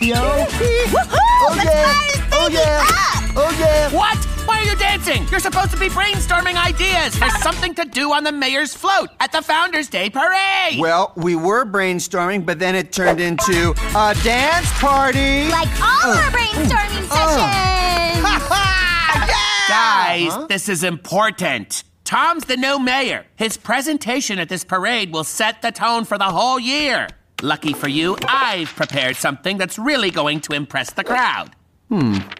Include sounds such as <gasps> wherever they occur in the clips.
Yo. Oh yeah. Oh yeah. Oh yeah. What? Why are you dancing? You're supposed to be brainstorming ideas for something to do on the mayor's float at the Founders Day parade. Well, we were brainstorming, but then it turned into a dance party. <laughs> Like Uh, all our brainstorming sessions. <laughs> Guys, this is important. Tom's the new mayor. His presentation at this parade will set the tone for the whole year. Lucky for you, I've prepared something that's really going to impress the crowd.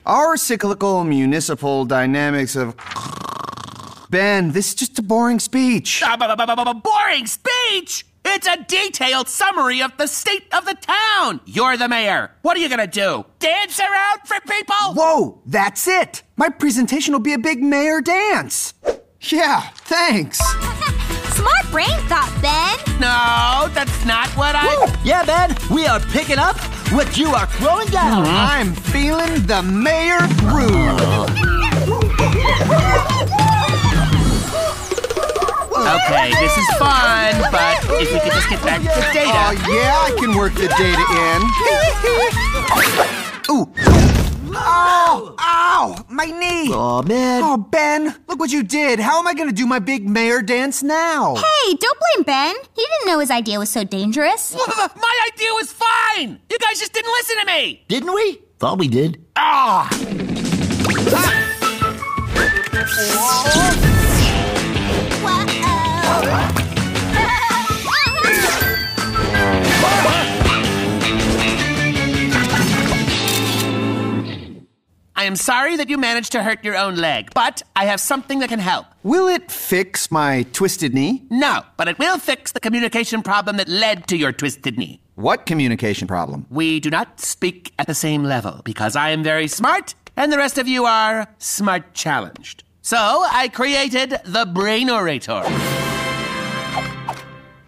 Our cyclical municipal dynamics of. Ben, this is just a boring speech. Ah, bu- bu- bu- bu- bu- Boring speech! It's a detailed summary of the state of the town. You're the mayor. What are you gonna do? Dance around for people? Whoa, that's it. My presentation will be a big mayor dance. Yeah, thanks. Smart brain thought, Ben. No, that's not what Oh, I. Yeah, Ben, we are picking up what you are throwing down. I'm feeling the mayor groove. <laughs> Okay, this is fun, but if we could just get back to Oh, data. yeah, I can work the data in. Ooh. Ow! Ow! My knee! Oh, man. Oh, Ben, look what you did. How am I going to do my big mayor dance now? <laughs> Hey, don't blame Ben. He didn't know his idea was so <laughs> dangerous. <laughs> My idea was fine. You guys just didn't listen to me. Didn't we? Thought we did. Ah! Whoa. I am sorry that you managed to hurt your own leg, but I have something that can help. Will it fix my twisted knee? No, but it will fix the communication problem that led to your twisted knee. What communication problem? We do not speak at the same level because I am very smart and the rest of you are smart challenged. So I created the Brain Orator.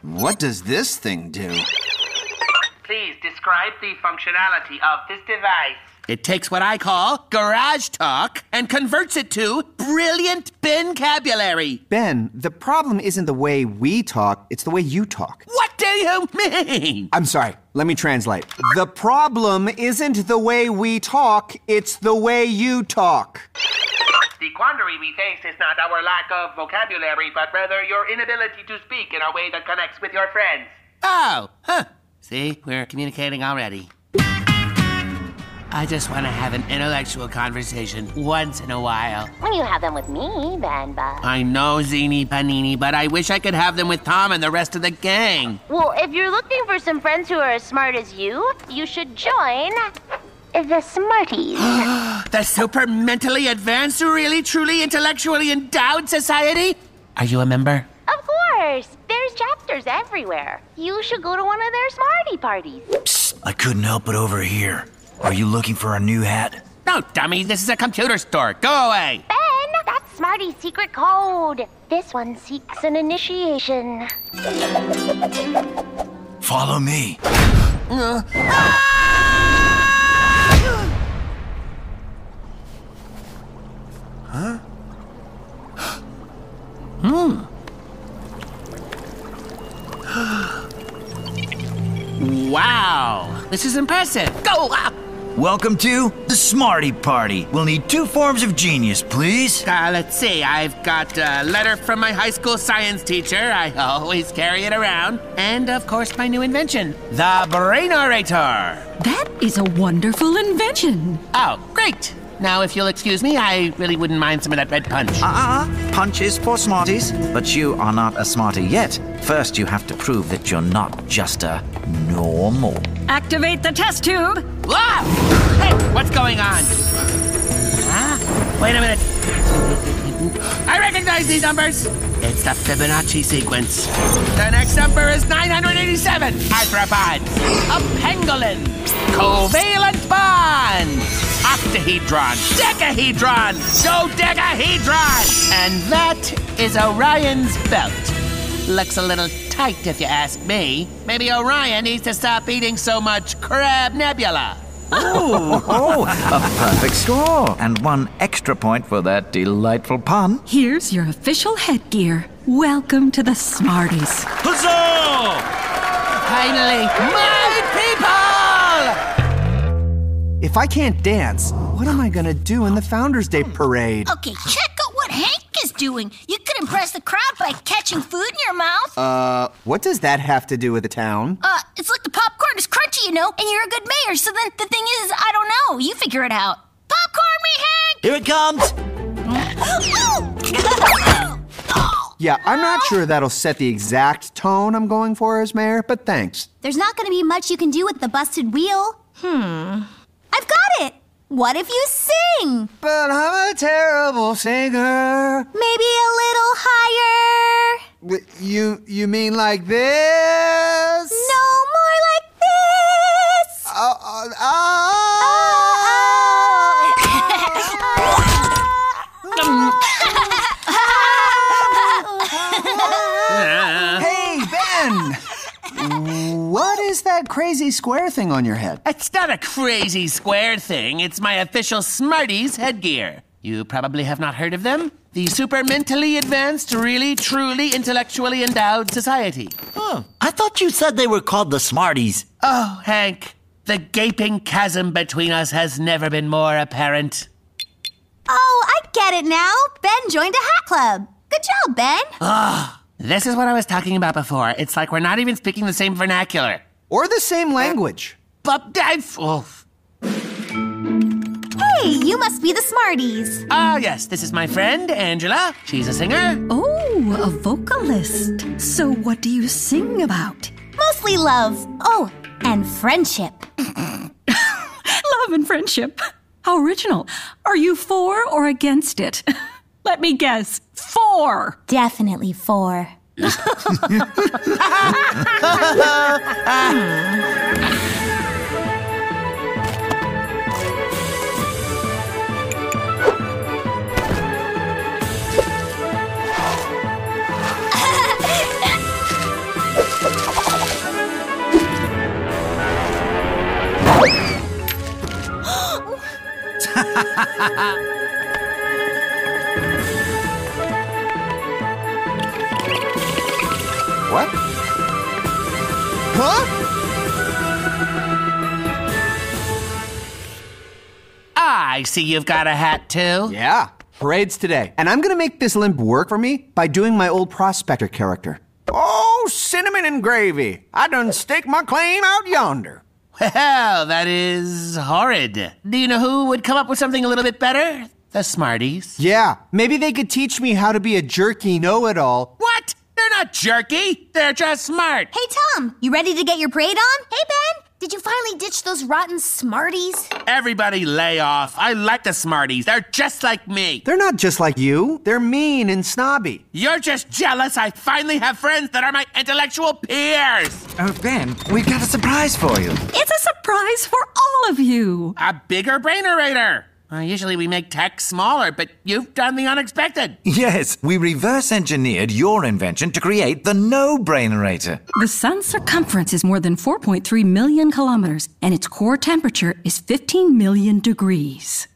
What does this thing do? Please describe the functionality of this device. It takes what I call garage talk and converts it to brilliant vocabulary. Ben, the problem isn't the way we talk, it's the way you talk. What do you mean? I'm sorry, let me translate. The problem isn't the way we talk, it's the way you talk. The quandary we face is not our lack of vocabulary, but rather your inability to speak in a way that connects with your friends. Oh, huh. See, we're communicating already. I just want to have an intellectual conversation once in a while. When you have them with me, Ben, but. I know Zini Panini, but I wish I could have them with Tom and the rest of the gang. Well, if you're looking for some friends who are as smart as you, you should join the Smarties. The super mentally advanced, really, truly intellectually endowed society? Are you a member? of course, there's chapters everywhere. You should go to one of their Smartie parties. I couldn't help but overhear. Are you looking for a new hat? No, dummy, this is a computer store. Go away. Ben, that's Smartie's secret code. This one seeks an initiation. Follow me. Wow, this is impressive. Go up. Welcome to the Smarty Party. We'll need two forms of genius, please. Uh, let's see, I've got a letter from my high school science teacher. I <laughs> always carry it around. And, of course, my new invention, the Brain Orator. That is a wonderful invention. Oh, great. Now, if you'll excuse me, I really wouldn't mind some of that red punch. Ah, punch is for smarties. But you are not a smartie yet. First, you have to prove that you're not just a normal. Activate the test tube. Ah! Hey, what's going on? Huh? Wait a minute. I recognize these numbers. It's the Fibonacci sequence. The next number is 987. Arthropods. A pangolin. Covalent bond. Octahedron. Decahedron. Dodecahedron. And that is Orion's belt. Looks a little tight if you ask me. Maybe Orion needs to stop eating so much crab nebula. Oh, a perfect score. Oh, And one extra point for that delightful pun. Here's your official headgear. Welcome to the Smarties. Huzzah! Finally, my people! If I can't dance, what am I gonna do in the Founders Day parade? Okay, check out what Hank is doing. You could impress the crowd by catching food in your mouth. Uh, What does that have to do with the town? it's like the popcorn is crunchy, you know, and you're a good mayor. So then the thing is, I don't know. You figure it out. Popcorn me, Here it <gasps> comes. Hank. Oh! Yeah, I'm not sure that'll set the exact tone I'm going for as mayor, but thanks. There's not going to be much you can do with the busted wheel. Hmm. I've got it! What if you sing? But I'm a terrible singer. Maybe a little higher. W- You you mean like this? No more like this. Uh, uh, ah! hey, Ben! What is that crazy square thing on your head? It's not a crazy square thing. It's my official Smarties headgear. You probably have not heard of them? The super mentally advanced, really, truly intellectually endowed society. I thought you said they were called the Smarties. Oh, Hank, the gaping chasm between us has never been more apparent. Oh, I get it now. Ben joined a hat club. Good job, Ben. This is what I was talking about before. It's like we're not even speaking the same vernacular. Or the same language? But I've. Oh. Hey, you must be the Smarties. Ah, yes, this is my friend, Angela. She's a singer. Oh, a vocalist. So, what do you sing about? Mostly love. Oh, and friendship. Love and friendship. How original. Are you for or against it? <laughs> Let me guess. For. Definitely four. What? Huh? Ah, I see you've got a hat too. Yeah, parade's today. And I'm gonna make this limp work for me by doing my old prospector character. Oh, cinnamon and gravy. I done stake my claim out yonder. Well, that is horrid. Do you know who would come up with something a little bit better? The Smarties. Yeah, maybe they could teach me how to be a jerky know it all. What? They're not jerky. They're just smart. Hey, Tom, you ready to get your parade on? Hey, Ben, did you finally ditch those rotten Smarties? Everybody lay off. I like the Smarties. They're just like me. They're not just like you, they're mean and snobby. You're just jealous I finally have friends that are my intellectual peers. Oh, Ben, we've got a surprise for you. It's a surprise for all of you. A bigger brainerator. Uh, usually we make tech smaller, but you've done the unexpected. Yes. We reverse engineered your invention to create the no brainerator. The sun's circumference is more than 4.3 million kilometers, and its core temperature is 15 million degrees.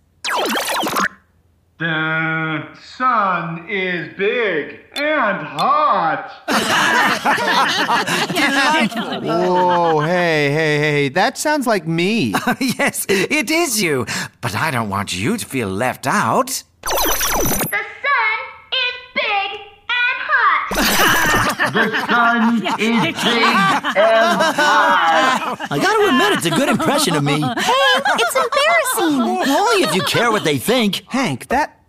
The sun is big and hot. <laughs> Whoa, hey, hey, hey, that sounds like me. yes, it is you. But I don't want you to feel left out. The sun is big and hot. The sun is big. I gotta admit, it's a good impression of <laughs> me. It's embarrassing. Only if you care what they think. <laughs> Hank, that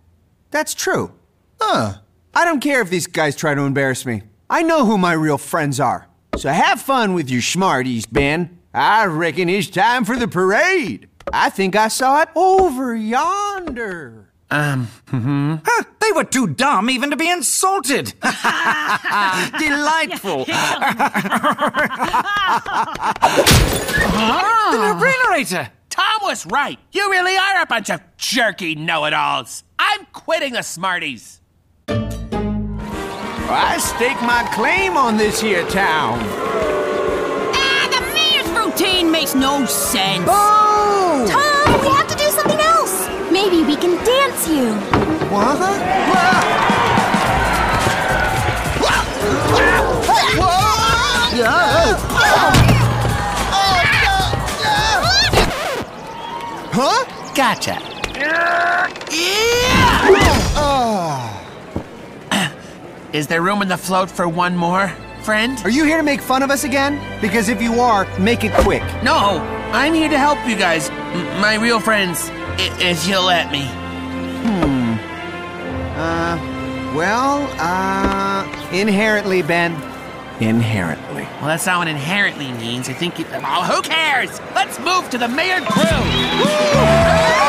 that's true. Huh. I don't care if these guys try to embarrass me. I know who my real friends are. So have fun with your smarties, Ben. I reckon it's time for the parade. I think I saw it over yonder. Huh, they were too dumb even to be insulted. Delightful. the no brainerator. Ah. Tom was right. You really are a bunch of jerky know-it-alls. I'm quitting the Smarties. I stake my claim on this here town. Ah, the mayor's routine makes no sense. Oh! Tom, we have to do something else. Maybe we can dance you. Huh? Gotcha. Is there room in the float for one more, friend? Are you here to make fun of us again? Because if you are, make it quick. No, I'm here to help you guys, m- my real friends, i- if you'll let me. Hmm. Uh, well, uh, inherently, Ben. Inherently. Well, that's not what inherently means. I think it. Oh, who cares? Let's move to the mayor crew. Woo!